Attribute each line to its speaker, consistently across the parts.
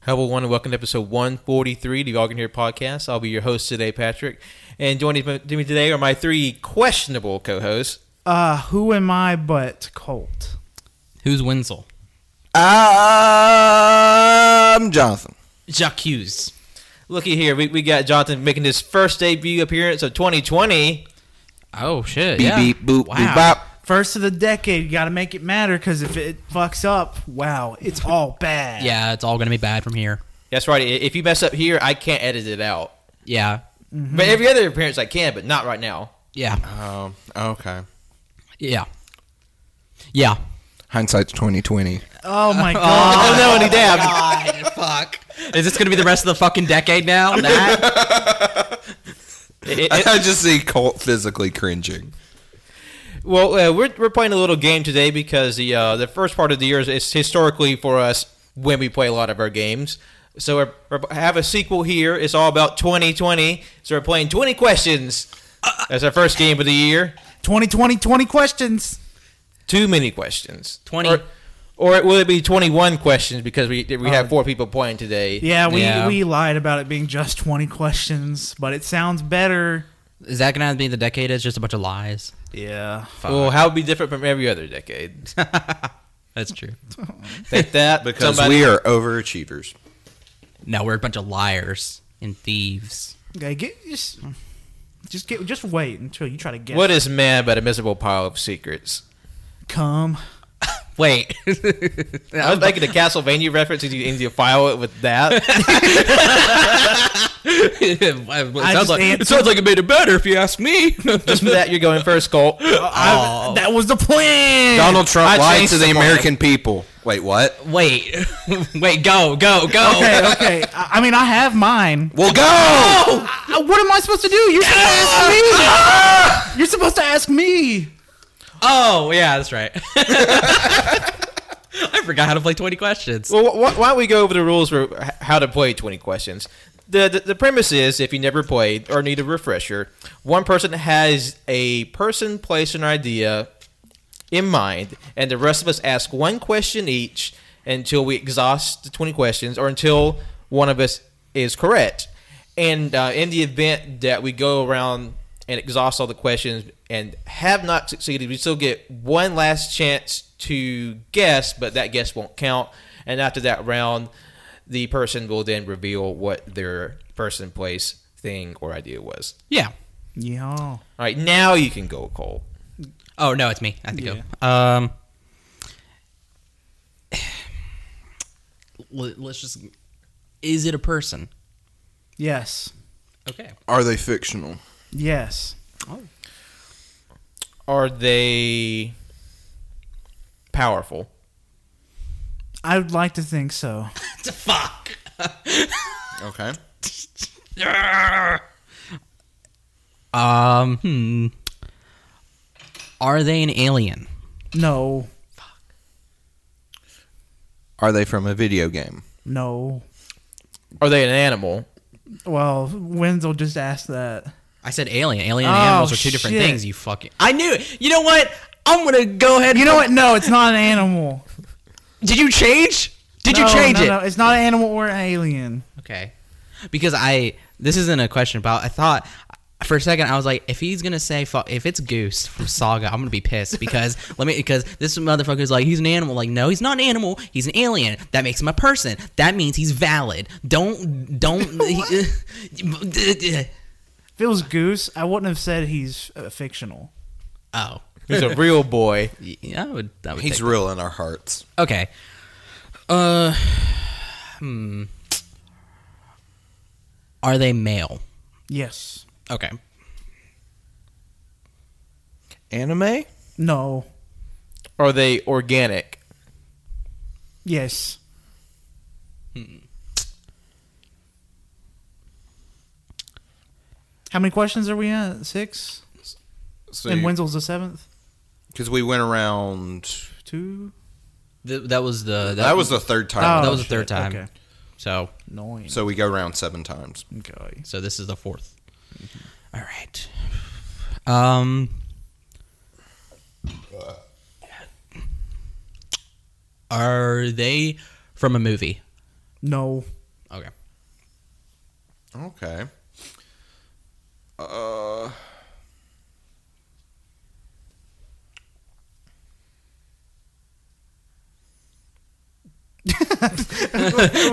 Speaker 1: Hello, everyone, and welcome to episode 143 of the All Can Hear podcast. I'll be your host today, Patrick. And joining me today are my three questionable co hosts.
Speaker 2: Uh, who am I but Colt?
Speaker 3: Who's Wenzel?
Speaker 4: I'm Jonathan.
Speaker 3: Jacques. Hughes.
Speaker 1: Looky here, we, we got Jonathan making his first debut appearance of 2020.
Speaker 3: Oh shit!
Speaker 4: Beep
Speaker 3: yeah.
Speaker 4: beep boop
Speaker 3: Wow.
Speaker 4: boop bop.
Speaker 2: First of the decade, you gotta make it matter because if it fucks up, wow, it's all bad.
Speaker 3: Yeah, it's all gonna be bad from here.
Speaker 1: That's right, i- if you mess up here, I can't edit it out.
Speaker 3: Yeah,
Speaker 1: But every other appearance I can, but not right now.
Speaker 3: yeah,
Speaker 4: Oh, okay.
Speaker 3: yeah, yeah.
Speaker 4: Hindsight's twenty twenty.
Speaker 2: Oh my
Speaker 1: Oh,
Speaker 2: god.
Speaker 1: no, and he dabbed.
Speaker 3: God, fuck. Is this gonna be the rest of the fucking decade now? That?
Speaker 1: It- it-
Speaker 4: I just see Colt physically cringing.
Speaker 1: Well, uh, we're, we're playing a little game today because the uh, the first part of the year is, is historically for us when we play a lot of our games. So we're, we have a sequel here. It's all about 2020. So we're playing 20 questions as our first game of the year.
Speaker 2: 2020, 20 questions.
Speaker 1: Too many questions.
Speaker 3: 20.
Speaker 1: Or, or will it be 21 questions because we we have four people playing today?
Speaker 2: Yeah, we,
Speaker 3: Yeah.
Speaker 2: we lied about it being just 20 questions, but it sounds better.
Speaker 3: Is that gonna be the decade? It's just a bunch of lies.
Speaker 2: Yeah.
Speaker 1: Well, how would be different from every other decade?
Speaker 3: That's true.
Speaker 1: Take that.
Speaker 4: Because
Speaker 1: somebody-
Speaker 4: we are overachievers.
Speaker 3: No, we're a bunch of liars and thieves.
Speaker 2: Okay, get just just get just wait until you try to get
Speaker 1: What is man but a miserable pile of secrets?
Speaker 2: come.
Speaker 3: Wait,
Speaker 1: I was making a Castlevania reference, and you, and you file it with that.
Speaker 3: it sounds
Speaker 2: just
Speaker 3: like
Speaker 2: answered-
Speaker 3: it sounds like it made it better if you ask me.
Speaker 1: Just for that, you're going first, Colt.
Speaker 3: Oh.
Speaker 2: I- that was the plan.
Speaker 4: Donald Trump
Speaker 1: I
Speaker 4: lied
Speaker 1: changed
Speaker 4: to the
Speaker 1: someone.
Speaker 4: American people. Wait, what?
Speaker 3: Wait, wait, go, go, go.
Speaker 2: Okay, okay. I, I mean, I have mine.
Speaker 4: Well, go.
Speaker 2: Uh, what am I supposed to do? You're supposed to ask me. You're supposed to ask me.
Speaker 3: Oh, yeah, that's right. I forgot how to play 20 questions.
Speaker 1: Well, wh- why don't we go over the rules for h- how to play 20 questions? The, the, the premise is if you never played or need a refresher, one person has a person, place, and idea in mind, and the rest of us ask one question each until we exhaust the 20 questions or until one of us is correct. And uh, in the event that we go around and exhaust all the questions and have not succeeded, we still get one last chance to guess, but that guess won't count. And after that round, the person will then reveal what their person, place, thing, or idea was.
Speaker 3: Yeah.
Speaker 2: Yeah.
Speaker 1: All right, now you can go, Cole.
Speaker 3: Oh, no, it's me. I have to go. Um, l- let's just. Is it a person?
Speaker 2: Yes.
Speaker 3: Okay.
Speaker 4: Are they fictional?
Speaker 2: Yes.
Speaker 1: Are they powerful?
Speaker 2: I would like to think so.
Speaker 3: Fuck.
Speaker 4: Okay.
Speaker 3: Um, hmm. Are they an alien?
Speaker 2: No.
Speaker 4: Are they from a video game?
Speaker 2: No.
Speaker 1: Are they an animal?
Speaker 2: Well, Wenzel just asked that.
Speaker 3: I said alien. Alien
Speaker 2: Oh,
Speaker 3: and animals are two different
Speaker 2: shit.
Speaker 3: things, you fucking. I knew it. You know what? I'm going to go ahead.
Speaker 2: You know what? No, it's not an animal.
Speaker 3: Did you change? Did
Speaker 2: No,
Speaker 3: you change
Speaker 2: no,
Speaker 3: it?
Speaker 2: No, it's not an animal or an alien.
Speaker 3: Okay. Because I this isn't a question about I thought for a second I was like if he's going to say fu- if it's Goose from Saga I'm going to be pissed because let me because this motherfucker's like he's an animal like no he's not an animal he's an alien that makes him a person that means he's valid don't don't he-
Speaker 2: If it was Goose, I wouldn't have said he's uh, fictional.
Speaker 3: oh
Speaker 1: He's a real boy.
Speaker 3: yeah, I would, I would
Speaker 4: He's
Speaker 3: take-
Speaker 4: real in our hearts.
Speaker 3: okay uh hmm are they male
Speaker 2: Yes.
Speaker 3: okay
Speaker 4: Anime?
Speaker 2: No.
Speaker 1: Are they organic?
Speaker 2: Yes. Hmm. How many questions are we at? Six. and Wenzel's the seventh.
Speaker 4: Because we went around.
Speaker 2: Two.
Speaker 3: Th- that was the
Speaker 4: That, was the third
Speaker 2: Oh,
Speaker 4: time.
Speaker 3: that was the
Speaker 2: shit.
Speaker 3: third time.
Speaker 2: Okay.
Speaker 3: So,
Speaker 2: Nine.
Speaker 4: So we go around seven times.
Speaker 2: Okay.
Speaker 3: so this is the 4th All right. Um. Are they from a movie?
Speaker 2: No.
Speaker 3: Okay.
Speaker 4: Okay. Uh.
Speaker 2: we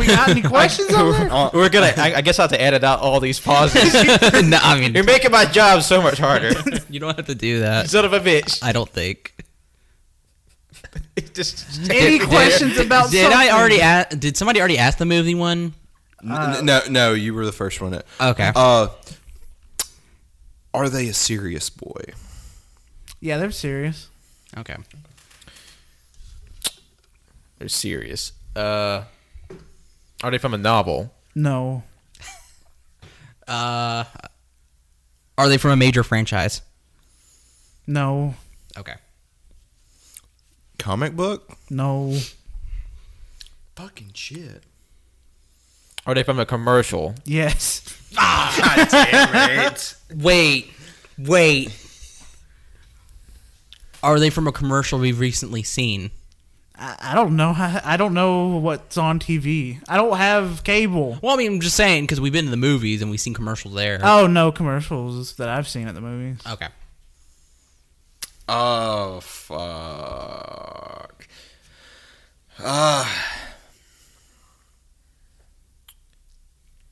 Speaker 2: got any questions on there?
Speaker 1: We're, we're gonna. I, I guess I have to edit out all these pauses.
Speaker 3: no, I mean,
Speaker 1: You're making my job so much harder,
Speaker 3: you don't have to do that.
Speaker 1: son of a bitch.
Speaker 3: I don't think.
Speaker 1: It just
Speaker 2: Any
Speaker 1: Did-
Speaker 2: questions about
Speaker 3: Did I
Speaker 2: something?
Speaker 3: already? A- did somebody already ask the movie one?
Speaker 4: N- n- no, no, you were the first one. to-
Speaker 3: Uh, Okay.
Speaker 4: Uh, are they a serious boy?
Speaker 2: Yeah, they're serious.
Speaker 3: Okay.
Speaker 1: They're serious. Uh, are they from a novel?
Speaker 2: No.
Speaker 3: Uh, are they from a major franchise?
Speaker 2: No.
Speaker 3: Okay.
Speaker 4: Comic book?
Speaker 2: No.
Speaker 4: Fucking shit.
Speaker 1: Are they from a commercial?
Speaker 2: Yes.
Speaker 3: Wait, wait. Are they from a commercial we've recently seen?
Speaker 2: I, I don't know. I, I don't know what's on TV. I don't have cable.
Speaker 3: Well, I mean, I'm just saying because we've been to the movies and we've seen commercials there.
Speaker 2: Oh no, commercials that I've seen at the movies.
Speaker 3: Okay.
Speaker 4: Oh fuck.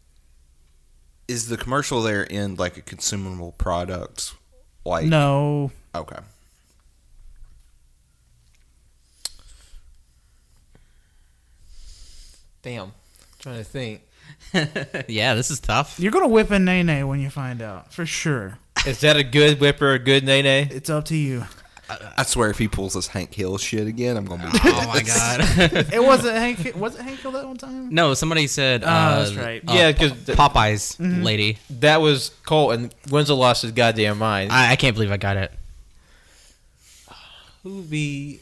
Speaker 4: Uh, is the commercial there in like a consumable product? Like
Speaker 2: No.
Speaker 4: Okay.
Speaker 1: Damn, trying to think.
Speaker 3: yeah, this is tough.
Speaker 2: You're gonna whip a nay nay when you find out for sure.
Speaker 1: Is that a good whip or a good nay nay?
Speaker 2: It's up to you.
Speaker 4: I swear, if he pulls this Hank Hill shit again, I'm gonna be.
Speaker 3: Oh my god.
Speaker 2: It wasn't Hank. Was it Hank Hill that one time?
Speaker 3: no, somebody said. Uh,
Speaker 2: Oh, that's right. Mm-hmm.
Speaker 3: uh,
Speaker 1: Yeah, 'cause
Speaker 3: Po- Popeyes lady.
Speaker 1: That was Colton. Winslow lost his goddamn mind.
Speaker 3: I, I can't believe I got it.
Speaker 1: Who be?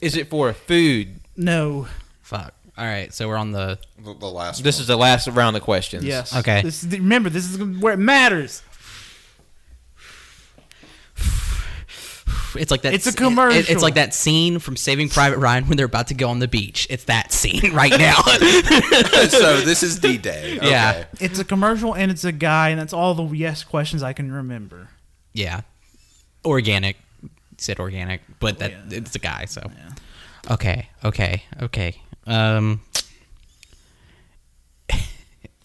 Speaker 1: Is it for food?
Speaker 2: No.
Speaker 3: Fuck. All right, so we're on the
Speaker 4: the, the last.
Speaker 1: This is the last round of questions.
Speaker 2: Yes.
Speaker 3: Okay.
Speaker 2: This is the- remember, this is where it matters.
Speaker 3: It's like that.
Speaker 2: It's a
Speaker 3: it- it-
Speaker 2: commercial.
Speaker 3: it's like that scene from Saving Private Ryan when they're about to go on the beach. It's that scene right now.
Speaker 4: one. so this is D Day. Okay.
Speaker 3: Yeah.
Speaker 2: It's a commercial and it's a guy, and that's all the yes questions I can remember.
Speaker 3: yeah, organic. You said organic, but that
Speaker 2: Yeah.
Speaker 3: it's a guy. So okay, okay, okay. Um,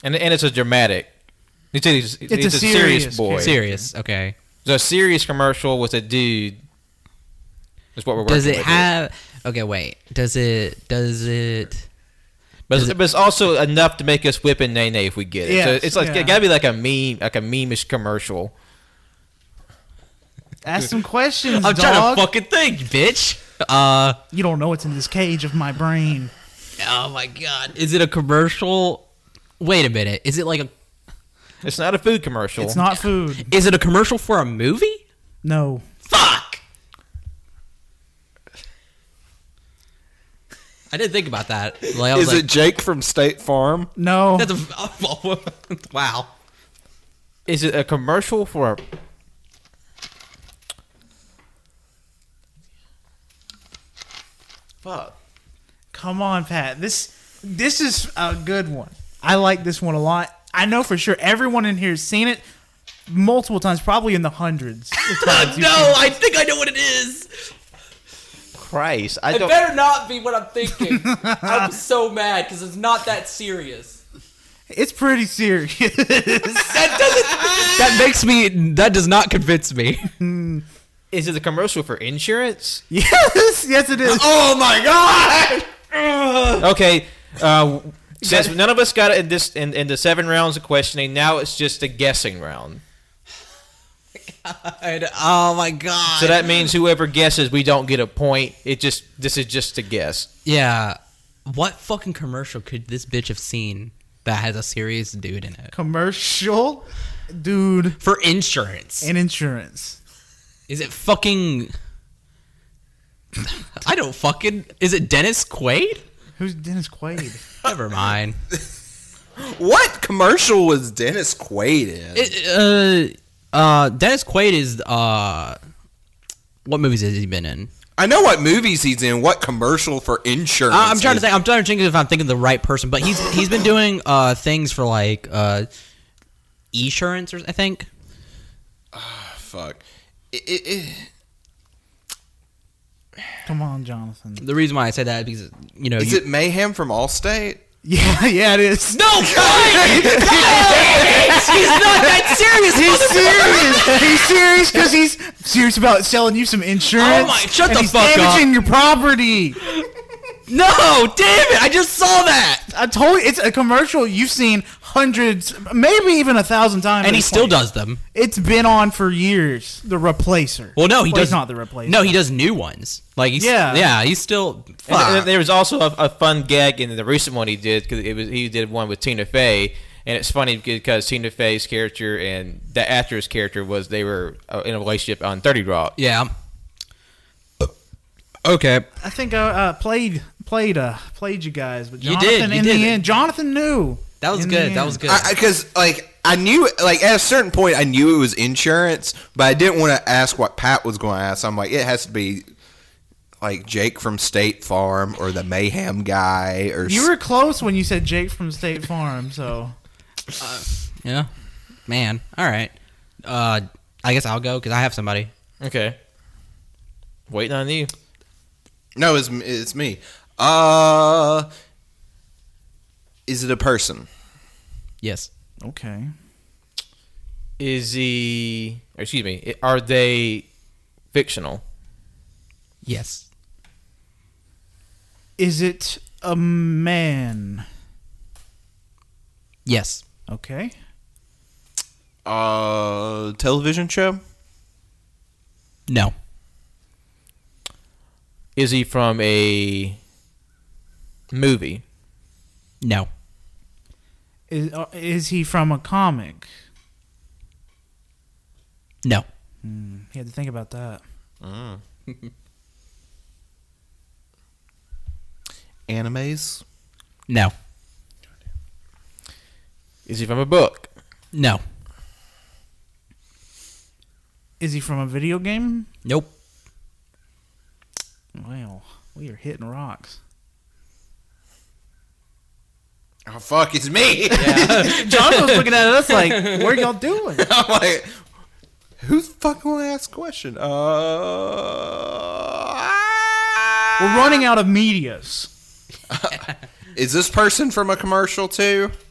Speaker 1: And and it's a dramatic. It's a, it's
Speaker 2: a
Speaker 1: a, serious,
Speaker 2: serious
Speaker 1: boy.
Speaker 2: Wait. character.
Speaker 3: serious. Okay.
Speaker 1: It's a serious commercial with a dude. That's what we're working
Speaker 3: Does it
Speaker 1: with
Speaker 3: have? Okay, wait. Does it? Does it?
Speaker 1: But
Speaker 3: does
Speaker 1: it's,
Speaker 3: it-
Speaker 1: but it's also enough to make us whip and nay nay if we get it.
Speaker 2: Yes,
Speaker 1: so it's like
Speaker 2: yeah.
Speaker 1: it gotta be like a meme, like a memeish commercial.
Speaker 2: Ask some questions,
Speaker 3: I'm trying
Speaker 2: dog.
Speaker 3: to fucking think, bitch. Uh.
Speaker 2: you don't know what's in this cage of my brain.
Speaker 3: Oh my god. Is it a commercial? Wait a minute. Is it like a?
Speaker 1: It's not a food commercial.
Speaker 2: It's not food.
Speaker 3: Is it a commercial for a movie?
Speaker 2: No.
Speaker 3: Fuck. I didn't think about that. Like, I was
Speaker 4: Is
Speaker 3: like,
Speaker 4: it Jake from State Farm?
Speaker 2: No.
Speaker 3: That's a wow.
Speaker 1: Is it a commercial for a? Fuck.
Speaker 2: Come on, Pat. This this is a good one. I like this one a lot. I know for sure everyone in here has seen it multiple times, probably in the hundreds. of times you've seen
Speaker 3: No,
Speaker 2: it.
Speaker 3: I think I know what it is.
Speaker 1: Christ, I
Speaker 3: It
Speaker 1: don't.
Speaker 3: better not be what I'm thinking. I'm so mad because it's not that serious.
Speaker 2: it's pretty serious.
Speaker 3: That doesn't. that makes me. That does not convince me.
Speaker 1: Is it a commercial for insurance?
Speaker 2: yes, yes, it is.
Speaker 3: Oh my god.
Speaker 1: Okay. Uh, since none of us got it in this in, in the seven rounds of questioning, now it's just a guessing round.
Speaker 3: Oh my god.
Speaker 1: So that means whoever guesses, we don't get a point. It just this is just a guess.
Speaker 3: Yeah. What fucking commercial could this bitch have seen that has a serious dude in it?
Speaker 2: Commercial, dude,
Speaker 3: For insurance.
Speaker 2: and insurance.
Speaker 3: Is it fucking. I don't fucking. Is it Dennis Quaid?
Speaker 2: Who's Dennis Quaid?
Speaker 3: Never mind.
Speaker 4: What commercial was Dennis Quaid in?
Speaker 3: It, uh, uh, Dennis Quaid is. Uh, What movies has he been in?
Speaker 4: I know what movies he's in. What commercial for insurance?
Speaker 3: I- I'm trying to
Speaker 4: is-
Speaker 3: think. I'm trying to think if I'm thinking of the right person, but he's he's been doing uh, things for like uh, insurance, or I think.
Speaker 4: Fuck. It- it- it-
Speaker 2: Come on, Jonathan.
Speaker 3: The reason why I say that is because you know
Speaker 4: is
Speaker 3: you-
Speaker 4: it Mayhem from Allstate?
Speaker 2: Yeah, yeah, it is.
Speaker 3: no, Mike! No! Oh, he's not that serious.
Speaker 2: He's serious. He's serious because he's serious about selling you some insurance.
Speaker 3: Oh my- shut
Speaker 2: and
Speaker 3: the
Speaker 2: he's
Speaker 3: fuck up.
Speaker 2: damaging your property.
Speaker 3: No, damn it! I just saw that,
Speaker 2: I told you, it's a commercial you've seen hundreds, maybe even a thousand times.
Speaker 3: and
Speaker 2: at
Speaker 3: he
Speaker 2: this
Speaker 3: still
Speaker 2: point.
Speaker 3: does them.
Speaker 2: It's been on for years. The Replacer.
Speaker 3: Well, no, he
Speaker 2: Well, he's
Speaker 3: does
Speaker 2: not the replacer.
Speaker 3: No, he does new ones. Like he's,
Speaker 2: Yeah.
Speaker 3: yeah, yeah, he's still.
Speaker 1: And,
Speaker 3: Fuck.
Speaker 1: th- and there was also a, a fun gag in the recent one he did because it was he did one with Tina Fey, and it's funny because Tina Fey's character and the actress character was they were uh, in a relationship on Thirty Rock.
Speaker 3: yeah. Okay.
Speaker 2: I think I uh, played played uh played you guys, but
Speaker 3: You
Speaker 2: Jonathan
Speaker 3: did, you
Speaker 2: in
Speaker 3: did.
Speaker 2: the end, Jonathan knew.
Speaker 3: That was
Speaker 2: In the
Speaker 3: good. That
Speaker 2: end.
Speaker 3: was good.
Speaker 4: Because like I knew, like at a certain point, I knew it was insurance, but I didn't want to ask what Pat was going to ask. I'm like, it has to be like Jake from State Farm or the Mayhem guy or
Speaker 2: You were close when you said Jake from State Farm, so
Speaker 3: yeah. Man. All right. Uh, I guess I'll go because I have somebody.
Speaker 1: Okay, waiting on you.
Speaker 4: No, it's it's me. Uh, is it a person?
Speaker 3: Yes.
Speaker 2: okay.
Speaker 1: Is he? Or excuse me. i- Are they fictional?
Speaker 3: Yes.
Speaker 2: Is it a man?
Speaker 3: Yes.
Speaker 2: Okay.
Speaker 4: Uh, television show?
Speaker 3: No.
Speaker 1: Is he from a movie?
Speaker 3: No.
Speaker 2: Is uh, is he from a comic?
Speaker 3: No.
Speaker 2: He had to think about that.
Speaker 4: Animes?
Speaker 3: No.
Speaker 1: Is he from a book?
Speaker 3: No.
Speaker 2: Is he from a video game?
Speaker 3: Nope.
Speaker 2: Wow, we are hitting rocks.
Speaker 4: Oh fuck, it's me.
Speaker 2: Jonathan was looking at us like, "What are y'all doing?"
Speaker 4: I'm like, who's fucking want to ask a question? Uh,
Speaker 2: We're running out of medias.
Speaker 4: is this person from a commercial too?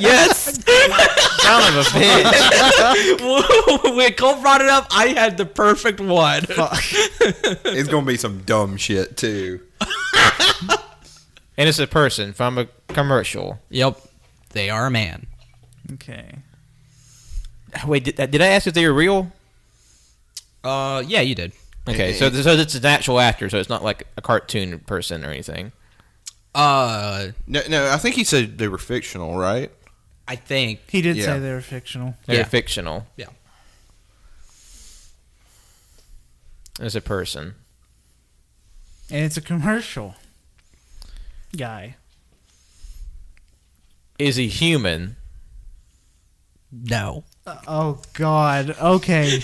Speaker 3: Yes.
Speaker 1: Son of a bitch!
Speaker 3: when Cole brought it up, I had the perfect one.
Speaker 4: It's gonna be some dumb shit too.
Speaker 1: and it's a person from a commercial.
Speaker 3: Yep. They are a man.
Speaker 2: Okay.
Speaker 1: Wait, did, did I ask if they were real?
Speaker 3: Uh, yeah, you did.
Speaker 1: Okay, so so it's an actual actor, so it's not like a cartoon person or anything.
Speaker 3: Uh,
Speaker 4: No, no, I think he said they were fictional, right?
Speaker 3: I think.
Speaker 2: He did
Speaker 4: Yeah.
Speaker 2: say they were fictional.
Speaker 1: They're
Speaker 3: Yeah.
Speaker 1: fictional
Speaker 3: Yeah.
Speaker 1: as a person.
Speaker 2: And it's a commercial. Guy.
Speaker 1: Is he human?
Speaker 3: No.
Speaker 2: Oh God. Okay.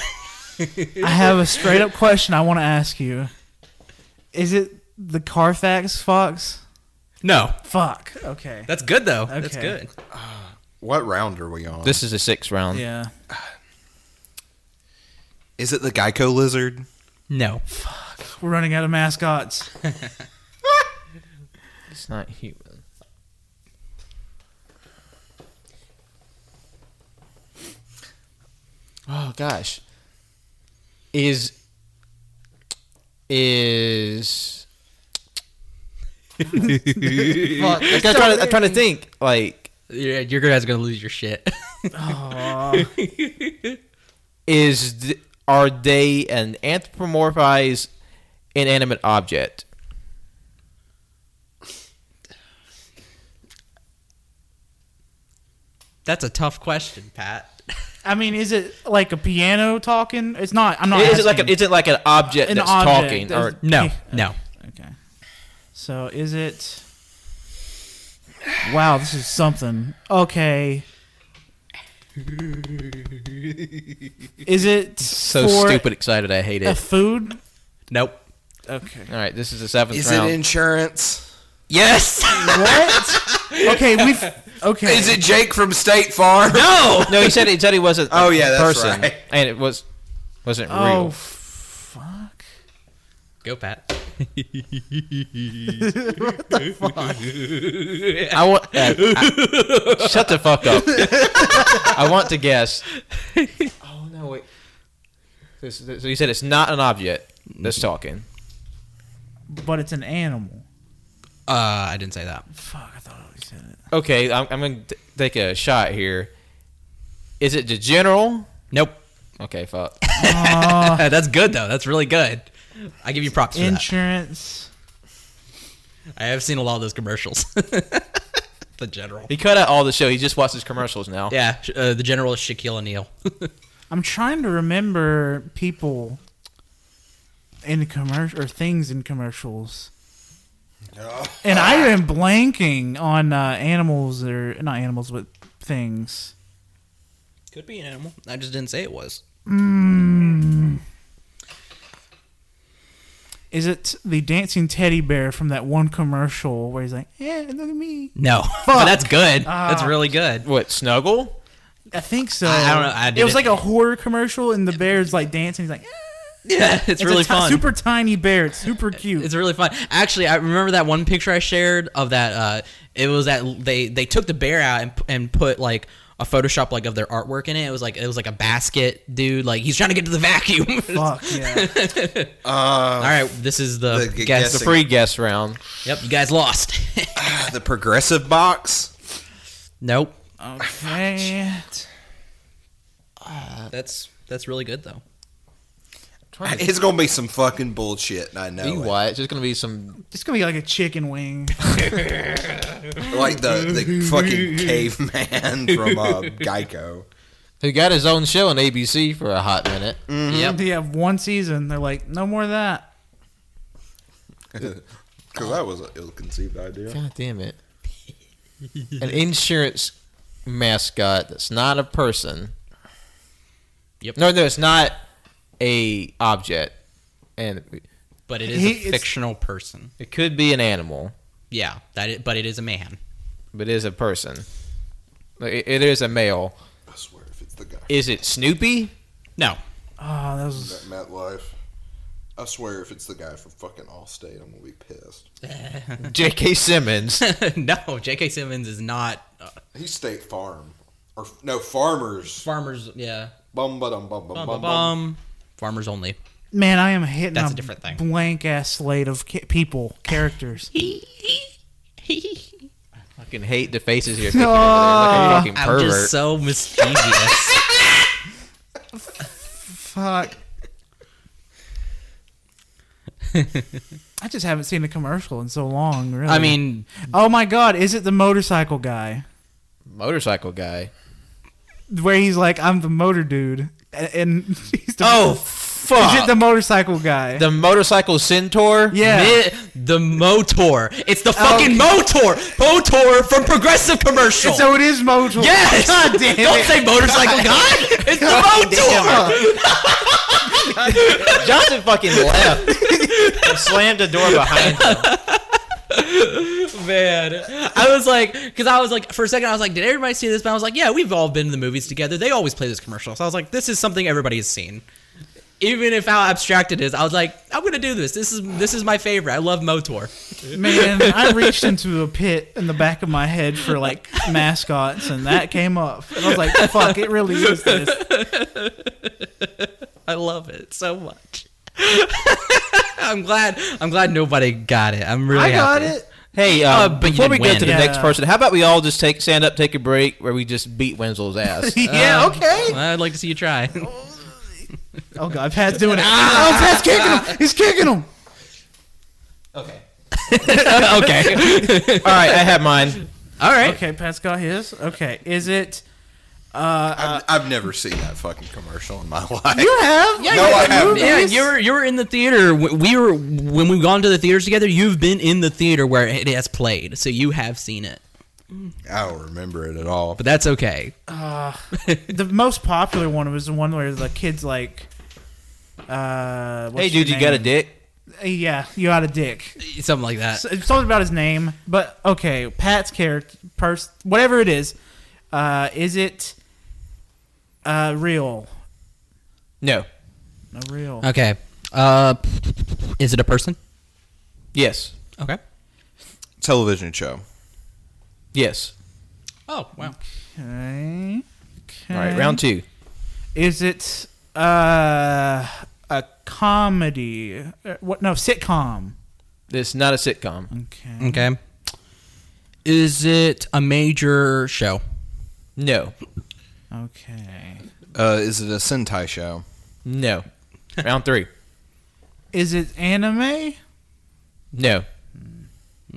Speaker 2: I have a straight up question I want to ask you. Is it the Carfax Fox?
Speaker 3: No.
Speaker 2: Fuck. Okay.
Speaker 3: That's good though. That's
Speaker 2: Okay.
Speaker 3: good.
Speaker 4: What round are we on?
Speaker 1: This is the sixth round.
Speaker 2: yeah.
Speaker 4: is it the Geico lizard?
Speaker 3: No.
Speaker 2: We're running out of mascots.
Speaker 1: It's not human. Oh gosh. Is is Fuck, like, I'm, trying to, I'm trying to think like
Speaker 3: Yeah, your guys are gonna lose your shit.
Speaker 1: is th- are they an anthropomorphized inanimate object?
Speaker 3: That's a tough question, Pat.
Speaker 2: I mean, is it like a piano talking? It's not. I'm not.
Speaker 1: Is it like a,
Speaker 2: asking.
Speaker 1: is it like an object
Speaker 2: An
Speaker 1: that's
Speaker 2: object
Speaker 1: talking
Speaker 2: that's-
Speaker 1: or
Speaker 3: No. No.
Speaker 2: Okay. So is it? Wow, this is something. Okay. Is it
Speaker 1: So
Speaker 2: for
Speaker 1: stupid excited. I hate
Speaker 2: A
Speaker 1: it.
Speaker 2: food?
Speaker 3: Nope.
Speaker 2: Okay.
Speaker 1: All right, this is the seventh
Speaker 4: Is
Speaker 1: round.
Speaker 4: it insurance?
Speaker 3: Yes.
Speaker 2: What? okay, we've. Okay.
Speaker 4: Is it Jake from State Farm?
Speaker 1: no, no. He said he said he wasn't.
Speaker 4: Oh,
Speaker 1: a
Speaker 4: yeah, that's
Speaker 1: person,
Speaker 4: right.
Speaker 1: And it was wasn't
Speaker 2: Oh,
Speaker 1: real.
Speaker 2: fuck.
Speaker 3: Go Pat.
Speaker 1: I want uh, I- shut the fuck up. I want to guess. Oh no, wait. This, this, so you said it's not an object that's talking.
Speaker 2: But it's an animal.
Speaker 3: Uh, I didn't say that.
Speaker 2: Fuck, I thought I already said it.
Speaker 1: Okay, I'm, I'm gonna t- take a shot here. Is it the general?
Speaker 3: Nope.
Speaker 1: Okay, fuck.
Speaker 2: Uh.
Speaker 3: That's good though. That's really good. I give you props for that.
Speaker 2: Insurance.
Speaker 3: I have seen a lot of those commercials. the general.
Speaker 1: He cut out all the show. He just watches commercials now.
Speaker 3: Yeah, sh- uh, the general is Shaquille O'Neal.
Speaker 2: I'm trying to remember people in commercial or things in commercials. And I am blanking on uh, animals or not animals, but things.
Speaker 3: Could be an animal. I just didn't say it was.
Speaker 2: Is it the dancing teddy bear from that one commercial where he's like, "Yeah, look at me"?
Speaker 3: No, but that's good.
Speaker 2: Ah.
Speaker 3: that's really good.
Speaker 1: What snuggle?
Speaker 2: I think so.
Speaker 3: I- I don't know. I
Speaker 2: it was
Speaker 3: didn't-
Speaker 2: like a horror commercial, and the bear's like dancing. He's like, "Ah."
Speaker 3: Yeah, it's,
Speaker 2: a
Speaker 3: really
Speaker 2: ti-
Speaker 3: fun.
Speaker 2: Super tiny bear. It's super cute.
Speaker 3: It's really fun. Actually, I remember that one picture I shared of that. Uh, it was that they they took the bear out and, and put like a Photoshop like of their artwork in it. It was like it was like a basket dude. Like he's trying to get to the vacuum.
Speaker 2: Fuck yeah.
Speaker 4: Uh,
Speaker 3: All right, this is the,
Speaker 4: The
Speaker 3: guess.
Speaker 4: g-
Speaker 1: The
Speaker 4: guessing.
Speaker 1: free guess round.
Speaker 3: Yep, you guys lost.
Speaker 4: The progressive box.
Speaker 3: nope.
Speaker 2: okay.
Speaker 3: That's that's really good though.
Speaker 4: It's gonna be some fucking bullshit. I know.
Speaker 1: You
Speaker 4: it.
Speaker 1: watch. There's gonna be some.
Speaker 2: It's gonna be like a chicken wing.
Speaker 4: Like the, the fucking caveman from uh, Geico.
Speaker 1: Who got his own show on ABC for a hot minute?
Speaker 3: Yep.
Speaker 2: they have one season. They're like, no more of that.
Speaker 4: Because that was an ill-conceived idea.
Speaker 1: God damn it. An insurance mascot that's not a person.
Speaker 3: Yep.
Speaker 1: No, no, it's not a object. And
Speaker 3: But it is
Speaker 2: He-
Speaker 3: a
Speaker 2: it's-
Speaker 3: fictional person.
Speaker 1: it could be an animal,
Speaker 3: Yeah, that. It, but it is a man.
Speaker 1: but it is a person. Like, It, it is a male.
Speaker 4: I swear, if it's the guy
Speaker 1: Is it Snoopy?
Speaker 3: No.
Speaker 2: Oh, that was
Speaker 4: from Matt Life, I swear, if it's the guy from fucking Allstate, I'm gonna be pissed.
Speaker 1: J.K. Simmons.
Speaker 3: no, J.K. Simmons is not uh,
Speaker 4: He's State Farm or no Farmers.
Speaker 3: farmers. Yeah.
Speaker 4: Bum ba dum bum
Speaker 3: Bum,
Speaker 4: bum
Speaker 3: bum,
Speaker 4: bum bum.
Speaker 3: bum. Farmers only.
Speaker 2: man. I am hitting
Speaker 3: That's
Speaker 2: a
Speaker 3: a different thing.
Speaker 2: Blank ass slate of ca- people, characters.
Speaker 1: I fucking hate the faces you're picking over there. Like a fucking
Speaker 3: I'm
Speaker 1: pervert.
Speaker 3: just so mischievous.
Speaker 2: Fuck. I just haven't seen a commercial in so long. Really.
Speaker 3: I mean,
Speaker 2: oh my god, is it the motorcycle guy
Speaker 1: Motorcycle guy.
Speaker 2: where he's like, I'm the motor dude, and, and he's the
Speaker 1: Oh,
Speaker 2: Is
Speaker 1: fuck.
Speaker 2: it the motorcycle guy?
Speaker 1: the motorcycle centaur?
Speaker 2: Yeah.
Speaker 3: mi- the motor. It's the fucking motor. Motor from Progressive commercial.
Speaker 2: so it is motor.
Speaker 3: yes.
Speaker 2: God damn
Speaker 3: Don't
Speaker 2: it.
Speaker 3: say motorcycle god. It's the motor.
Speaker 1: Johnson fucking left and slammed the door behind him.
Speaker 3: Man, I was like, because I was like, for a second, I was like, did everybody see this? But I was like, yeah, we've all been to the movies together. They always play this commercial. So I was like, this is something everybody has seen. Even if how abstract it is, I was like, I'm gonna do this. This is this is my favorite. I love Motor.
Speaker 2: Man, I reached into a pit in the back of my head for like mascots, and that came up. And I was like, fuck, it really is this.
Speaker 3: I love it so much. I'm glad. I'm glad nobody got it. I'm really.
Speaker 2: I got
Speaker 3: happy.
Speaker 2: it.
Speaker 1: Hey, uh,
Speaker 3: but you
Speaker 1: before we
Speaker 3: didn't
Speaker 1: go to
Speaker 3: win.
Speaker 1: the
Speaker 2: Yeah.
Speaker 1: next person, how about we all just take stand up, take a break, where we just beat Wenzel's ass? Um,
Speaker 2: Yeah, okay.
Speaker 3: I'd like to see you try.
Speaker 2: Oh, God, Pat's doing it. Oh, Pat's kicking him. He's kicking him.
Speaker 1: okay. okay. all right, I have mine.
Speaker 3: All right.
Speaker 2: Okay, Pat's got his. Okay, is it.
Speaker 4: I've, I've never seen that fucking commercial in my life.
Speaker 2: You have? Yeah,
Speaker 4: No, I haven't.
Speaker 3: Yeah, you were you were in the theater. w- We were when we've gone to the theaters together. You've been in the theater where it has played, so you have seen it.
Speaker 4: I don't remember it at all.
Speaker 3: But that's okay.
Speaker 2: The most popular one was the one where the kid's like, uh, what's
Speaker 1: hey, dude,
Speaker 2: your
Speaker 1: you got a
Speaker 2: name? Uh,
Speaker 1: dick?
Speaker 2: Yeah, you got a dick.
Speaker 3: Something like that.
Speaker 2: So- Something about his name, but okay, Pat's character, pers- whatever it is, uh, is it uh, real?
Speaker 1: No.
Speaker 2: No, real.
Speaker 3: Okay. Uh, is it a person?
Speaker 1: Yes.
Speaker 3: Okay.
Speaker 4: Television show.
Speaker 1: Yes.
Speaker 3: Oh wow.
Speaker 2: Okay. okay.
Speaker 1: All right, round two.
Speaker 2: Is it uh, a comedy? Uh, what? No, sitcom.
Speaker 1: It's not a sitcom.
Speaker 2: Okay.
Speaker 3: Okay. Is it a major show?
Speaker 1: No.
Speaker 2: Okay.
Speaker 4: Uh, is it a Sentai show?
Speaker 1: No. round three.
Speaker 2: Is it anime?
Speaker 1: No.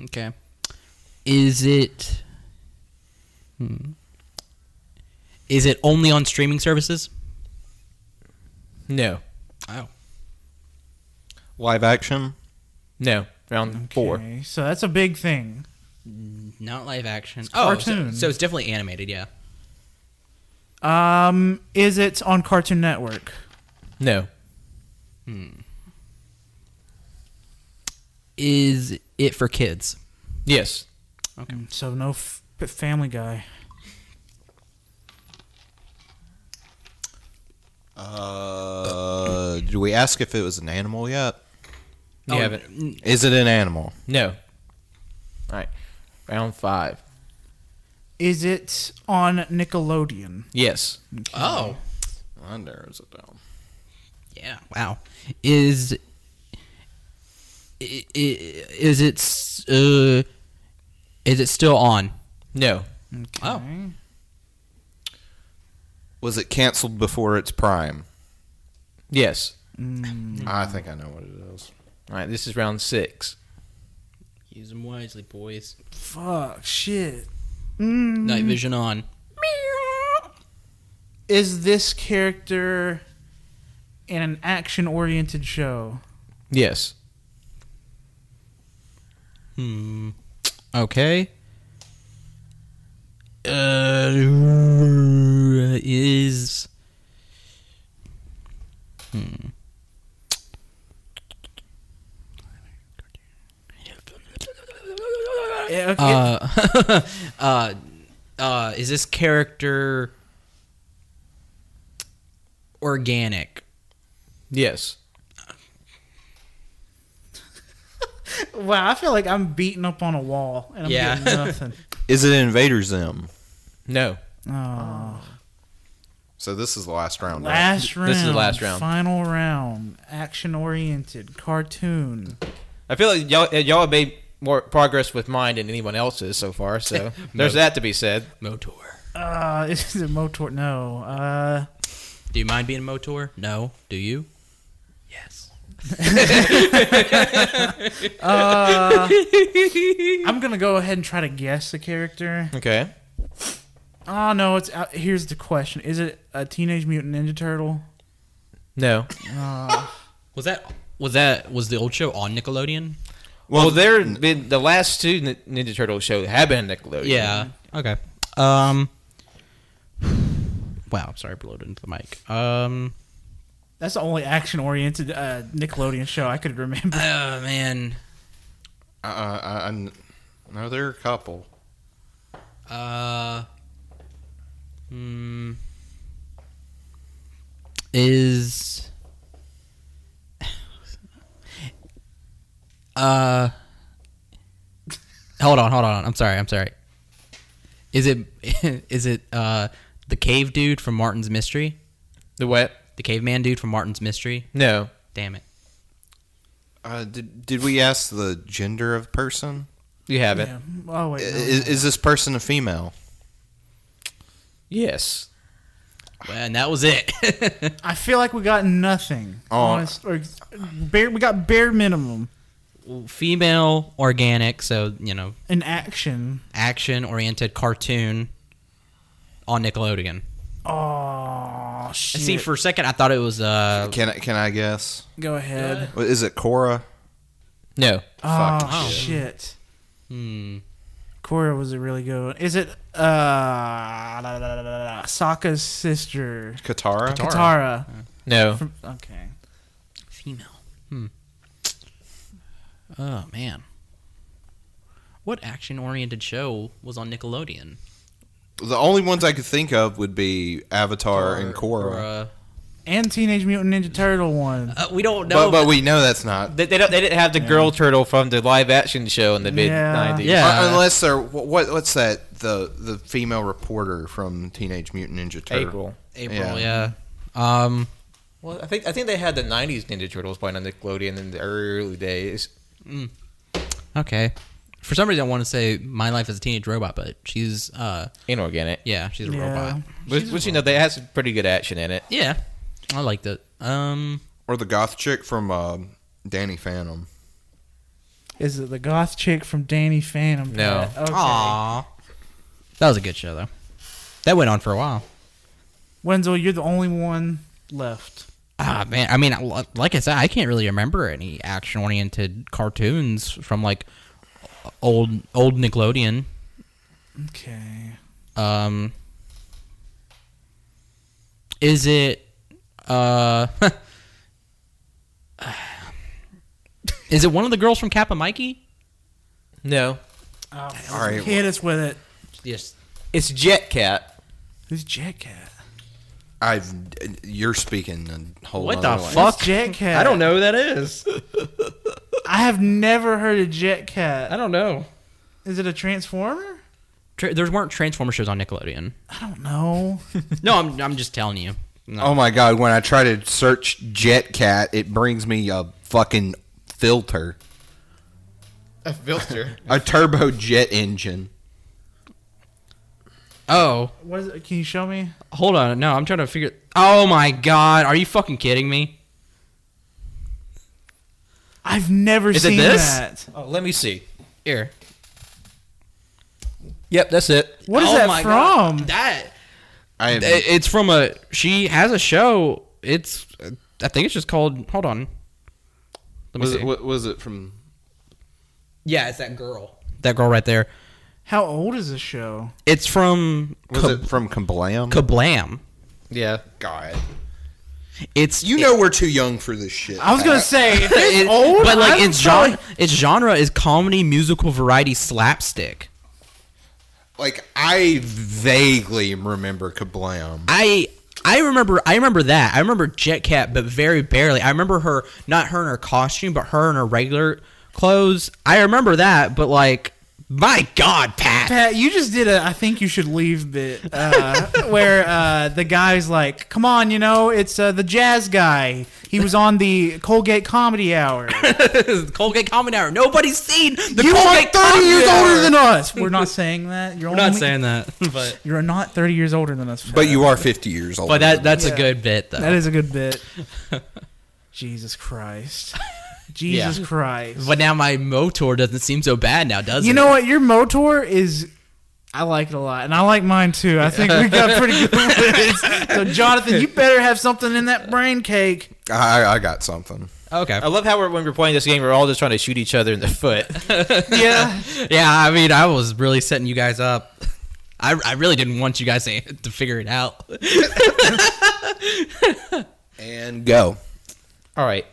Speaker 3: Okay. Is it? Hmm. Is it only on streaming services?
Speaker 1: No.
Speaker 3: Oh.
Speaker 4: Live action?
Speaker 1: No. Round four.
Speaker 2: Okay, so that's a big thing.
Speaker 3: Not live action. Oh, so,
Speaker 2: cartoon.
Speaker 3: so it's definitely animated. Yeah.
Speaker 2: Um, is it on Cartoon Network?
Speaker 1: No.
Speaker 3: Is it for kids?
Speaker 1: Yes.
Speaker 2: Mm, So no f- but Family Guy.
Speaker 4: Uh, did we ask if it was an animal yet?
Speaker 1: You
Speaker 3: Oh,
Speaker 1: haven't.
Speaker 3: n-
Speaker 4: Is it an animal?
Speaker 1: No. All right. Round five.
Speaker 2: Is it on Nickelodeon?
Speaker 1: Yes.
Speaker 3: Oh.
Speaker 4: That narrows it down.
Speaker 3: Yeah. Wow. Is i- i- is it s- uh is it still on?
Speaker 1: No.
Speaker 3: Oh.
Speaker 4: Was it canceled before its prime?
Speaker 1: Yes.
Speaker 4: I think I know what it is.
Speaker 1: All right. This is round six.
Speaker 3: Use them wisely, boys.
Speaker 2: Fuck shit.
Speaker 3: Night vision on.
Speaker 2: Is this character in an action-oriented show?
Speaker 1: Yes.
Speaker 3: Hmm. Okay. Uh, is Hmm.
Speaker 2: Eh, okay,
Speaker 3: uh, uh uh is this character organic?
Speaker 1: Yes.
Speaker 2: wow, I feel like I'm beating up on a wall and I'm
Speaker 3: Yeah.
Speaker 2: getting nothing.
Speaker 4: Is it Invader Zim?
Speaker 1: No.
Speaker 2: Oh,
Speaker 4: So this is the last round. right?
Speaker 2: last round.
Speaker 1: This is the last round.
Speaker 2: Final round. Action-oriented cartoon.
Speaker 1: I feel like y'all uh, y'all have made more progress with mine than anyone else's so far. So there's that to be said.
Speaker 3: Motor.
Speaker 2: Uh, is it Motor? No. Uh,
Speaker 3: Do you mind being a motor? No. Do you? Yes.
Speaker 2: Uh, I'm gonna go ahead and try to guess the character.
Speaker 1: Okay.
Speaker 2: Oh no, it's out. Here's the question: Is it a Teenage Mutant Ninja Turtle?
Speaker 1: No.
Speaker 3: Was that was that was the old show on Nickelodeon?
Speaker 1: Well, there been the last two Nin- Ninja Turtle shows have been Nickelodeon.
Speaker 3: Yeah. Okay. Um. Wow. I'm Sorry, I blew it into the mic. Um.
Speaker 2: That's the only action-oriented uh, Nickelodeon show I could remember.
Speaker 3: Oh man.
Speaker 4: Uh, I, I, no, there are a couple.
Speaker 3: Uh. Hmm. Is. Uh. Hold on, hold on. I'm sorry. I'm sorry. Is it is it uh the cave dude from Martin's Mystery?
Speaker 1: The what?
Speaker 3: The caveman dude from Martin's Mystery?
Speaker 1: No.
Speaker 3: Damn it.
Speaker 4: Uh, did, did we ask the gender of person?
Speaker 1: You haven't.
Speaker 2: Yeah. Oh wait,
Speaker 4: I-
Speaker 2: no.
Speaker 4: Is, is this person a female?
Speaker 1: Yes.
Speaker 3: Well, and that was it.
Speaker 2: I feel like we got nothing.
Speaker 4: Oh.
Speaker 2: Honest, or bare, we got bare minimum
Speaker 3: Female, organic, so you know,
Speaker 2: in action.
Speaker 3: action-oriented cartoon on Nickelodeon.
Speaker 2: Oh shit!
Speaker 3: See, for a second, I thought it was uh,
Speaker 4: Can I, can I guess?
Speaker 2: Go ahead.
Speaker 4: What- Is it Cora?
Speaker 1: No.
Speaker 2: Oh
Speaker 4: Fuck.
Speaker 2: shit!
Speaker 3: hmm,
Speaker 2: Cora was a really good one. Is it uh la, la, la, la, la, la, Sokka's sister
Speaker 4: Katara.
Speaker 2: Katara?
Speaker 1: No.
Speaker 2: From, okay.
Speaker 3: Female. Hmm. Oh man. What action-oriented show was on Nickelodeon?
Speaker 4: The only ones I could think of would be Avatar
Speaker 3: Or,
Speaker 4: and Korra.
Speaker 3: uh,
Speaker 2: And Teenage Mutant Ninja Turtle one.
Speaker 3: uh, we don't
Speaker 4: But,
Speaker 3: know.
Speaker 4: but we know that's not.
Speaker 1: They, they don't. They didn't have the girl turtle from the live action show in the mid
Speaker 2: Yeah.
Speaker 1: nineties.
Speaker 3: Yeah.
Speaker 4: Uh, unless they're wh- what? What's that? The the female reporter from Teenage Mutant Ninja Turtle.
Speaker 1: April.
Speaker 3: April, yeah.
Speaker 4: yeah.
Speaker 3: Um,
Speaker 1: Well, I think I think they had the nineties Ninja Turtles playing on Nickelodeon in the early days.
Speaker 3: okay. For some reason, I want to say my life as a teenage robot, but she's uh,
Speaker 1: Inorganic.
Speaker 3: yeah, she's a
Speaker 2: Yeah.
Speaker 3: robot.
Speaker 1: Which, which you know, they had some pretty good action in it.
Speaker 3: Yeah, I liked it. Um,
Speaker 4: Or the goth chick from um Danny Phantom.
Speaker 2: Is it the goth chick from Danny Phantom?
Speaker 1: No.
Speaker 2: Okay.
Speaker 3: aw, that was a good show though. That went on for a while.
Speaker 2: Wenzel, you're the only one left.
Speaker 3: Ah man, I mean, I- like I said, I can't really remember any action-oriented cartoons from like old old Nickelodeon.
Speaker 2: Okay.
Speaker 3: Um, is it? Uh, is it one of the girls from Kappa Mikey?
Speaker 1: No,
Speaker 2: Oh,
Speaker 4: All right,
Speaker 2: hit us with it.
Speaker 3: Yes.
Speaker 1: it's Jet Cat.
Speaker 2: Who's Jet Cat?
Speaker 4: I've you're speaking a whole.
Speaker 3: What
Speaker 4: other
Speaker 3: the
Speaker 4: language.
Speaker 3: fuck?
Speaker 2: Who's Jet Cat.
Speaker 1: know who that is.
Speaker 2: I have never heard of Jet Cat.
Speaker 3: don't know.
Speaker 2: Is it a Transformer?
Speaker 3: Tra- there weren't Transformer shows on Nickelodeon.
Speaker 2: I don't know.
Speaker 3: No, I'm I'm just telling you. No.
Speaker 4: Oh my god! When I try to search Jet Cat, it brings me a fucking filter,
Speaker 1: A filter.
Speaker 4: a turbo jet engine.
Speaker 3: Oh,
Speaker 2: What is it? Can you show me?
Speaker 3: hold on. No, I'm trying to figure. Oh my god, are you fucking kidding me?
Speaker 2: I've never
Speaker 1: Is it
Speaker 2: seen
Speaker 1: this?
Speaker 2: that.
Speaker 1: oh, let me see.
Speaker 3: Here.
Speaker 1: Yep, that's it.
Speaker 2: What is
Speaker 3: oh
Speaker 2: that
Speaker 3: my
Speaker 2: from?
Speaker 3: God, That
Speaker 4: I am,
Speaker 3: It- It's from a. She has a show. It's. I think it's just called. Hold on. Let me
Speaker 4: was,
Speaker 3: see.
Speaker 4: it, what was it from?
Speaker 3: yeah, it's that girl. That girl right there.
Speaker 2: How old is this show?
Speaker 3: It's from
Speaker 4: Was
Speaker 3: Ka-
Speaker 4: it from Kablam?
Speaker 3: Kablam.
Speaker 1: Yeah.
Speaker 4: god,
Speaker 3: It's
Speaker 4: you know we're too young for this shit.
Speaker 2: I was gonna
Speaker 4: Pat.
Speaker 2: say if
Speaker 3: Uh, it-
Speaker 2: it's
Speaker 3: it-
Speaker 2: old,
Speaker 3: but like
Speaker 2: I'm
Speaker 3: its
Speaker 2: sorry.
Speaker 3: genre, its genre is comedy, musical, variety, slapstick.
Speaker 4: like I vaguely remember Kablam.
Speaker 3: I I remember I remember that. I remember Jet Cat, but very barely. I remember her not her in her costume, but her in her regular clothes. I remember that, but like my God, Pat.
Speaker 2: Pat, you just did a I think you should leave bit uh, where uh, the guy's like, come on, you know, it's uh, the jazz guy. He was on the Colgate Comedy Hour.
Speaker 3: Colgate Comedy Hour. Nobody's seen the
Speaker 2: you are
Speaker 3: Colgate
Speaker 2: 30 years
Speaker 3: Comedy
Speaker 2: older
Speaker 3: Hour.
Speaker 2: than us. We're not saying that. You're
Speaker 3: I'm not
Speaker 2: only-
Speaker 3: saying that, but
Speaker 2: You're not 30 years older than us.
Speaker 4: But you are 50 years old.
Speaker 3: but that that's
Speaker 2: Yeah.
Speaker 3: a good bit though.
Speaker 2: That is a good bit. Jesus Christ. Jesus Christ.
Speaker 3: but now my Motor doesn't seem so bad now, does
Speaker 2: you
Speaker 3: it?
Speaker 2: know what? Your Motor is. I like it a lot, and I like mine too. I think we got pretty good ones. So, Jonathan, you better have something in that brain cake.
Speaker 4: I, I got something.
Speaker 3: Okay.
Speaker 2: Oh.
Speaker 1: I love how we're, when we're playing this game, we're all just trying to shoot each other in the foot.
Speaker 2: Yeah,
Speaker 3: Yeah, I mean, I was really setting you guys up. I, I really didn't want you guys to, to figure it out.
Speaker 4: And go.
Speaker 1: all right.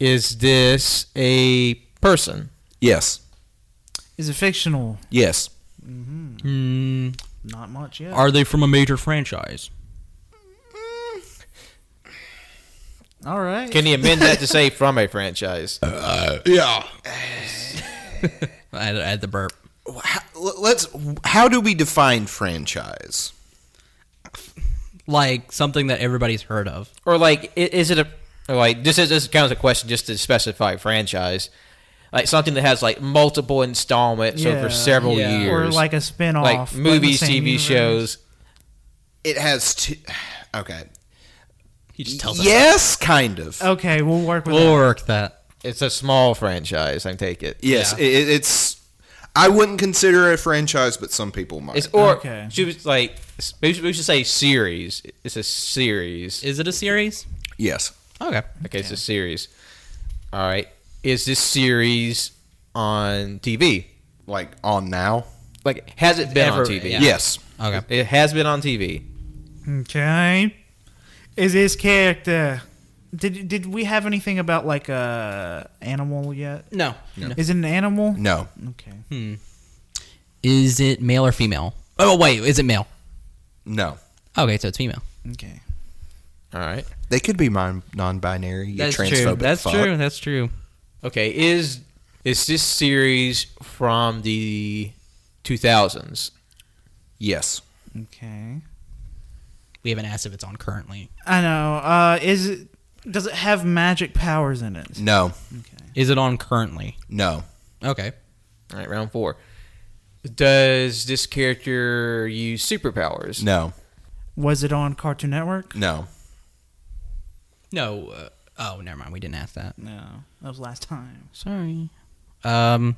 Speaker 1: Is this a person?
Speaker 4: Yes.
Speaker 2: is it fictional?
Speaker 4: Yes.
Speaker 2: Not much yet.
Speaker 3: Are they from a major franchise?
Speaker 2: All right.
Speaker 1: Can you amend that to say from a franchise?
Speaker 4: Yeah.
Speaker 3: I had, I had the burp.
Speaker 4: How, let's. How do we define franchise?
Speaker 3: Like something that everybody's heard of.
Speaker 1: or like i- is it a or, like this is this counts as a question just to specify franchise like something that has like multiple installments
Speaker 2: Yeah.
Speaker 1: over several
Speaker 3: Yeah.
Speaker 1: years
Speaker 2: or like a spin-off.
Speaker 1: Like
Speaker 2: but in the
Speaker 1: movies
Speaker 2: same
Speaker 1: tv
Speaker 2: universe.
Speaker 1: shows
Speaker 4: It has two. Okay.
Speaker 3: He just tells us.
Speaker 4: Yes, kind of.
Speaker 3: Oh.
Speaker 2: Okay, we'll work with
Speaker 3: We'll
Speaker 2: that.
Speaker 3: work that.
Speaker 1: it's a small franchise i take it
Speaker 4: Yes,
Speaker 3: Yeah.
Speaker 4: i i- it's. I wouldn't consider it a franchise, but some people might.
Speaker 1: it's or
Speaker 2: Okay.
Speaker 1: she was like s- we should, we should say series it's a series
Speaker 3: Is it a series?
Speaker 4: yes.
Speaker 3: Okay.
Speaker 1: okay it's a series all right is this series on tv
Speaker 4: like on now?
Speaker 1: Like, has it been
Speaker 3: Ever-
Speaker 1: on TV?
Speaker 3: yeah.
Speaker 4: Yes.
Speaker 3: Okay.
Speaker 1: It has been on TV.
Speaker 2: Okay. Is this character? Did did we have anything about like a animal yet?
Speaker 3: No. no.
Speaker 2: Is it an animal?
Speaker 4: No.
Speaker 1: Hmm.
Speaker 2: Okay.
Speaker 3: Is it male or female? Oh wait, is it male?
Speaker 4: No.
Speaker 3: Okay, so it's female.
Speaker 2: Okay.
Speaker 1: All right.
Speaker 4: They could be mon- non-binary. You transphobic
Speaker 3: That's
Speaker 4: fuck.
Speaker 3: true. That's true.
Speaker 1: Okay. Is is this series from the 2000s?
Speaker 4: Yes.
Speaker 2: Okay.
Speaker 3: We haven't asked if it's on currently.
Speaker 2: I know. Uh, is it? Does it have magic powers in it?
Speaker 4: No.
Speaker 2: Okay.
Speaker 3: Is it on currently?
Speaker 4: No.
Speaker 3: Okay.
Speaker 1: All right, round four. Does this character use superpowers?
Speaker 4: No.
Speaker 2: Was it on Cartoon Network?
Speaker 4: No.
Speaker 3: No. Uh, oh, never mind. We didn't ask that.
Speaker 2: No, that was last time.
Speaker 3: Sorry. Um,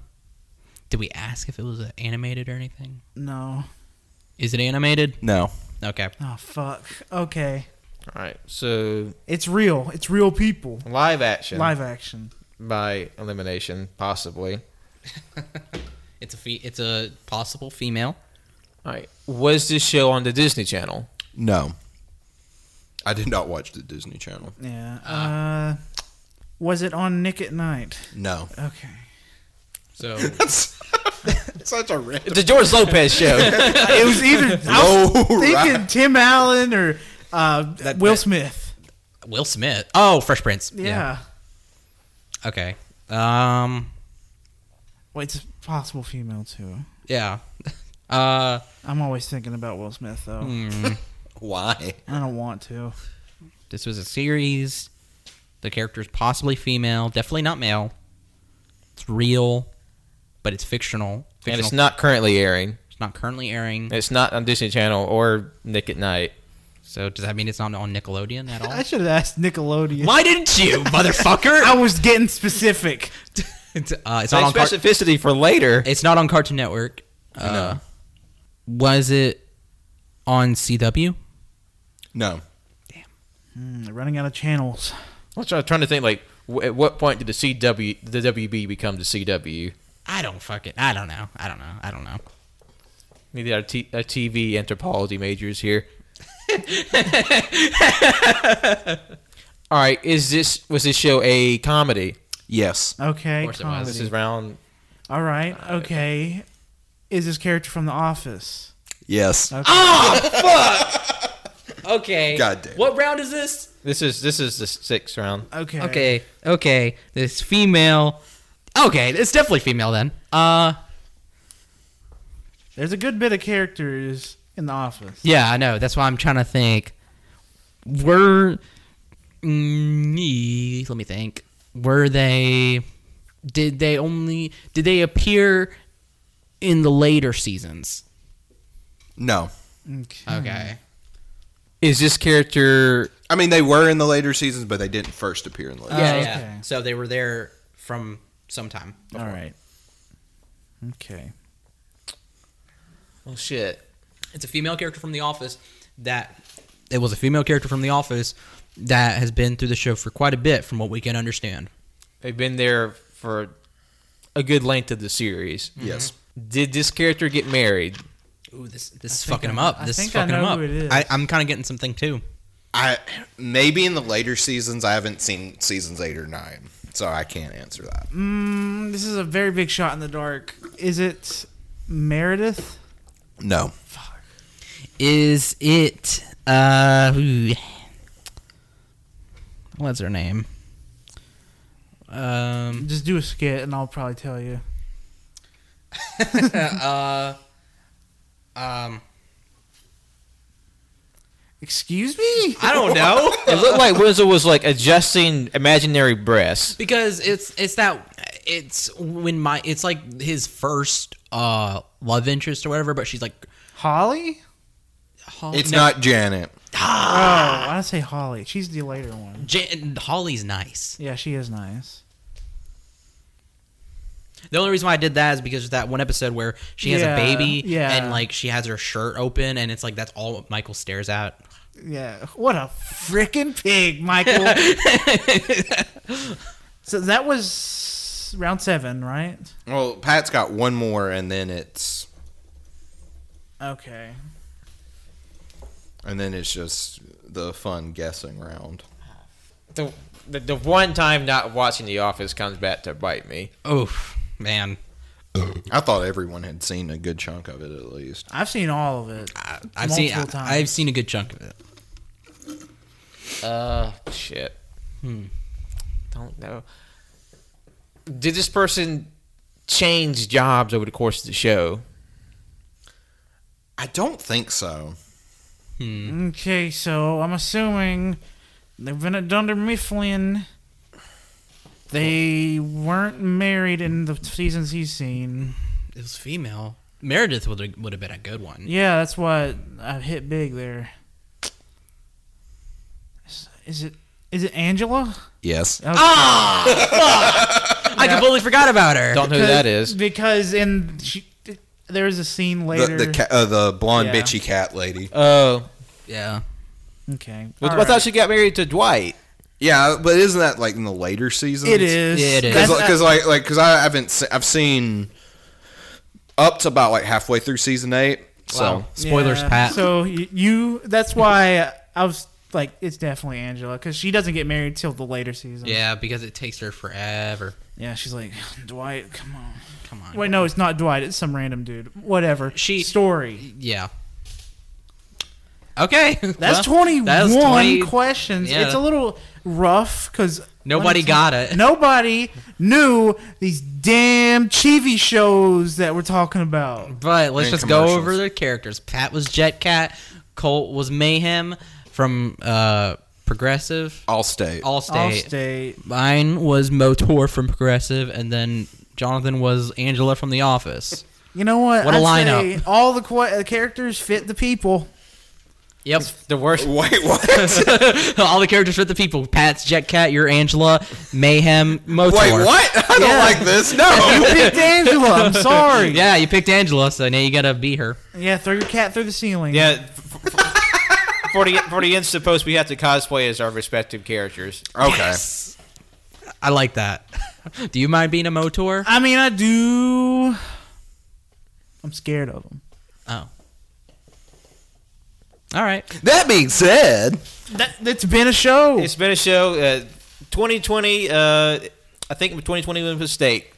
Speaker 3: did we ask if it was uh, animated or anything?
Speaker 2: No.
Speaker 3: Is it animated?
Speaker 4: No.
Speaker 3: Okay.
Speaker 2: Oh fuck. Okay.
Speaker 1: All right, so
Speaker 2: It's real. It's real people.
Speaker 1: live action
Speaker 2: Live action.
Speaker 1: by elimination, possibly.
Speaker 3: It's a fe- it's a possible female.
Speaker 1: All right, was this show on the Disney Channel?
Speaker 4: No. I did not watch the Disney Channel.
Speaker 2: Yeah. Uh, was it on Nick at Night?
Speaker 4: No.
Speaker 2: Okay.
Speaker 3: So
Speaker 4: Such a random.
Speaker 1: The George Lopez show.
Speaker 2: it was either I
Speaker 4: Oh,
Speaker 2: was
Speaker 4: right.
Speaker 2: thinking Tim Allen or uh, Will Smith.
Speaker 3: Will Smith. Oh, Fresh Prince.
Speaker 2: Yeah.
Speaker 3: Okay. Um.
Speaker 2: Well, it's a possible female too.
Speaker 3: Yeah. Uh.
Speaker 2: I'm always thinking about Will Smith though.
Speaker 4: Why?
Speaker 2: I don't want to.
Speaker 3: This was a series. The character's possibly female, definitely not male. It's real, but it's fictional.
Speaker 1: and
Speaker 3: fictional.
Speaker 1: it's not currently airing.
Speaker 3: it's not currently airing.
Speaker 1: It's not on Disney Channel or Nick at Night.
Speaker 3: So does that mean it's not on Nickelodeon at
Speaker 2: I
Speaker 3: all?
Speaker 2: should have asked Nickelodeon.
Speaker 3: Why didn't you, motherfucker?
Speaker 2: I was getting specific.
Speaker 3: it's, uh, it's not
Speaker 1: Same
Speaker 3: on. Car-
Speaker 1: specificity for later.
Speaker 3: it's not on Cartoon Network. Uh, Was it on CW?
Speaker 4: No.
Speaker 2: Mm, running out of channels.
Speaker 1: I'm try- trying to think like w- at what point did the CW the WB become the CW?
Speaker 3: I don't fucking. I don't know. I don't know. I don't know.
Speaker 1: Need our, uh, t- our TV anthropology majors here. All right, is this was this show a comedy?
Speaker 4: Yes.
Speaker 2: Okay.
Speaker 3: course it was.
Speaker 1: This
Speaker 2: comedy.
Speaker 1: is round.
Speaker 2: All right. Okay. Is this character from The Office?
Speaker 4: Yes.
Speaker 3: Okay.
Speaker 4: God damn.
Speaker 3: What round is this?
Speaker 1: This is this is the sixth round.
Speaker 2: Okay.
Speaker 3: Okay. Okay. This female. Okay, it's definitely female then. Uh,
Speaker 2: There's a good bit of characters in The Office.
Speaker 3: yeah, I know. That's why I'm trying to think. Were, mm, let me think. Were they? Did they only? Did they appear in the later seasons?
Speaker 4: No.
Speaker 2: Okay.
Speaker 3: Okay.
Speaker 1: Is this character
Speaker 4: I mean, they were in the later seasons, but they didn't first appear in the later.
Speaker 3: Yeah,
Speaker 2: Oh,
Speaker 3: yeah.
Speaker 2: okay.
Speaker 3: So they were there from sometime.
Speaker 2: All right. Okay.
Speaker 1: Oh shit.
Speaker 3: It's a female character from The Office that it was a female character from The Office that has been through the show for quite a bit, from what we can understand.
Speaker 1: They've been there for a good length of the series.
Speaker 4: Yes.
Speaker 1: Did this character get married?
Speaker 3: Ooh, this this is
Speaker 2: think
Speaker 3: fucking
Speaker 2: I-
Speaker 3: him up.
Speaker 2: I
Speaker 3: This is
Speaker 2: think I
Speaker 3: fucking him
Speaker 2: know
Speaker 3: up.
Speaker 2: who it is.
Speaker 3: I, I'm kind of getting something too.
Speaker 4: I maybe in the later seasons. I haven't seen seasons eight or nine, so I can't answer that.
Speaker 2: Mm, this is a very big shot in the dark. Is it Meredith?
Speaker 4: No.
Speaker 3: Is it? uh ooh. What's her name? Um,
Speaker 2: Just do a skit and I'll probably tell you.
Speaker 3: um,
Speaker 2: Excuse me?
Speaker 3: I don't know.
Speaker 1: It looked like Wenzel was like adjusting imaginary breasts.
Speaker 3: because it's it's that it's when my it's like his first uh love interest or whatever but she's like
Speaker 2: Holly?
Speaker 3: Holly,
Speaker 4: It's not Janet.
Speaker 2: Oh, I say Holly. She's the later one.
Speaker 3: Jan- Holly's nice
Speaker 2: Yeah, she is nice.
Speaker 3: the only reason why I did that is because of that one episode where she has
Speaker 2: Yeah,
Speaker 3: a baby
Speaker 2: yeah.
Speaker 3: and like she has her shirt open and it's like that's all Michael stares at
Speaker 2: Yeah. What a freaking pig, Michael. so that was It's round seven, right?
Speaker 4: Well, Pat's got one more, and then it's
Speaker 2: Okay.
Speaker 4: and then it's just the fun guessing round.
Speaker 1: The, the the one time not watching The Office comes back to bite me.
Speaker 3: Oof, man.
Speaker 4: I thought everyone had seen a good chunk of it at least.
Speaker 2: I've seen all of it.
Speaker 3: I- I've seen I,
Speaker 2: Multiple
Speaker 3: I've
Speaker 2: times.
Speaker 3: seen a good chunk of it.
Speaker 1: Uh, shit. Hmm. Don't know. Did this person change jobs over the course of the show?
Speaker 4: I don't think so.
Speaker 2: Okay, so I'm assuming they've been at Dunder Mifflin. They weren't married in the seasons he's seen.
Speaker 3: It was female. Meredith would have, would have been a good one.
Speaker 2: Yeah, that's what I hit big there. Is- Is it is it Angela?
Speaker 4: Yes.
Speaker 2: Uh,
Speaker 3: I completely forgot about her.
Speaker 1: Don't know who that is.
Speaker 2: Because in she, there is a scene
Speaker 4: The
Speaker 2: later.
Speaker 4: the, ca- uh, the blonde
Speaker 2: Yeah.
Speaker 4: bitchy cat lady.
Speaker 1: Oh,
Speaker 3: Yeah.
Speaker 2: okay,
Speaker 1: but I
Speaker 2: alright.
Speaker 1: thought she got married to Dwight.
Speaker 4: Yeah, but isn't that like in the later seasons?
Speaker 2: it is.
Speaker 3: Yeah, it is.
Speaker 2: That's
Speaker 4: because
Speaker 2: not-
Speaker 4: like like because I haven't se- I've seen up to about like halfway through season eight. So
Speaker 3: Spoilers,
Speaker 2: Yeah,
Speaker 3: Pat.
Speaker 2: So y- you that's why I was like, it's definitely Angela because she doesn't get married till the later season.
Speaker 3: yeah, because it takes her forever.
Speaker 2: Yeah, she's like, Dwight, come on.
Speaker 3: Come on.
Speaker 2: Wait, no, it's not Dwight. It's some random dude. Whatever.
Speaker 3: She-
Speaker 2: story.
Speaker 3: Yeah. Okay.
Speaker 2: That's
Speaker 3: Well,
Speaker 2: twenty
Speaker 3: that's
Speaker 2: one
Speaker 3: 20
Speaker 2: questions.
Speaker 3: Yeah.
Speaker 2: It's a little rough because
Speaker 3: Nobody got it.
Speaker 2: Nobody knew these damn Chibi shows that we're talking about.
Speaker 3: But let's
Speaker 4: And
Speaker 3: just go
Speaker 4: commercials.
Speaker 3: over their characters. Pat was Jet Cat. Colt was Mayhem from uh, Progressive.
Speaker 4: all state.
Speaker 3: Allstate.
Speaker 2: Allstate.
Speaker 3: Mine was Motor from Progressive, and then Jonathan was Angela from The Office.
Speaker 2: You know what?
Speaker 3: What a
Speaker 2: Say all the qu- characters fit the people.
Speaker 3: Yep.
Speaker 1: The worst.
Speaker 4: Wait, what?
Speaker 3: All the characters fit the people. Pat's Jet Cat, you're Angela, Mayhem, Motor.
Speaker 4: Wait, what? I don't
Speaker 2: Yeah.
Speaker 4: like this. No.
Speaker 2: Picked Angela. I'm sorry.
Speaker 3: Yeah, you picked Angela, so now you gotta be her.
Speaker 2: Yeah, throw your cat through the ceiling.
Speaker 1: Yeah. f- f- For the, for the Insta post, we have to cosplay as our respective characters.
Speaker 4: okay.
Speaker 3: I like that. Do you mind being a Motor?
Speaker 2: I mean, I do. I'm scared of them.
Speaker 3: Oh. All right.
Speaker 4: That being said,
Speaker 2: That, it's been a show.
Speaker 1: It's been a show. Uh, 2020, uh, I think 2020 was a mistake.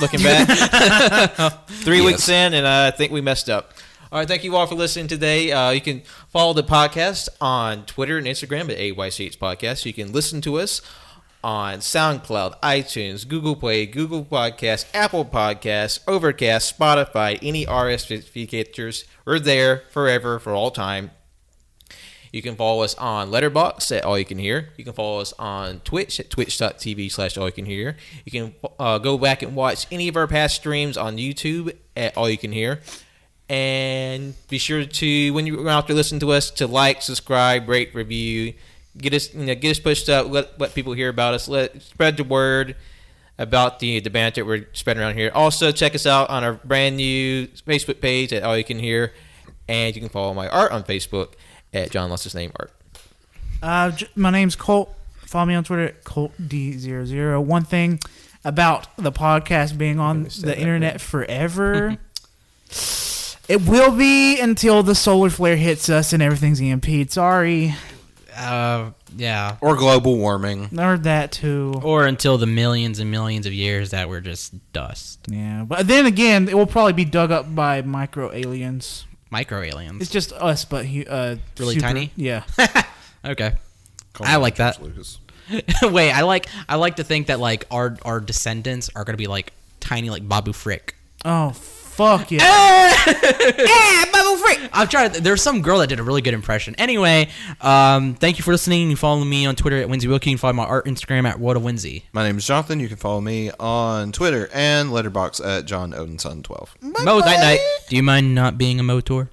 Speaker 1: Looking back, three weeks in, and I think we messed up. All right, thank you all for listening today. Uh, you can follow the podcast on Twitter and Instagram at AYCH Podcast. You can listen to us on SoundCloud, iTunes, Google Play, Google Podcasts, Apple Podcasts, Overcast, Spotify, any RSVP catchers. We're there forever, for all time. You can follow us on Letterbox at All You Can Hear. You can follow us on Twitch at twitch.tv slash All You Can Hear. You can uh, go back and watch any of our past streams on YouTube at All You Can Hear. And be sure to, when you're out there listening to us, to like, subscribe, rate, review. Get us, you know, get us pushed up. Let, let people hear about us. Let spread the word about the the banter we're spreading around here. Also, check us out on our brand new Facebook page at All You Can Hear, and you can follow my art on Facebook at John Lester's name art.
Speaker 2: Uh, j- my name's Colt. Follow me on Twitter at ColtD00. One thing about the podcast being on
Speaker 1: said
Speaker 2: the
Speaker 1: that,
Speaker 2: internet forever, it will be until the solar flare hits us and everything's EMP'd. Sorry.
Speaker 3: Uh, yeah.
Speaker 4: or global warming.
Speaker 2: Learned that too.
Speaker 3: Or until the millions and millions of years that we're just dust,
Speaker 2: Yeah. But then again, it will probably be dug up by micro aliens.
Speaker 3: micro aliens.
Speaker 2: It's just us, but he, uh,
Speaker 3: Really tiny?
Speaker 2: Yeah.
Speaker 3: Okay. I like that. Wait, I like I like to think that like our our descendants are gonna be like tiny like Babu Frick.
Speaker 2: Oh fuck yeah!
Speaker 3: Yeah, Babu Frick. I'm trying. To, there's some girl that did a really good impression. Anyway, um, thank you for listening. You follow me on Twitter at Winsy Wilkie. You can follow my art Instagram at What a Winsy.
Speaker 4: My name is Jonathan. You can follow me on Twitter and Letterbox at John Odinson twelve.
Speaker 3: Mo, night night. Do you mind not being a motor?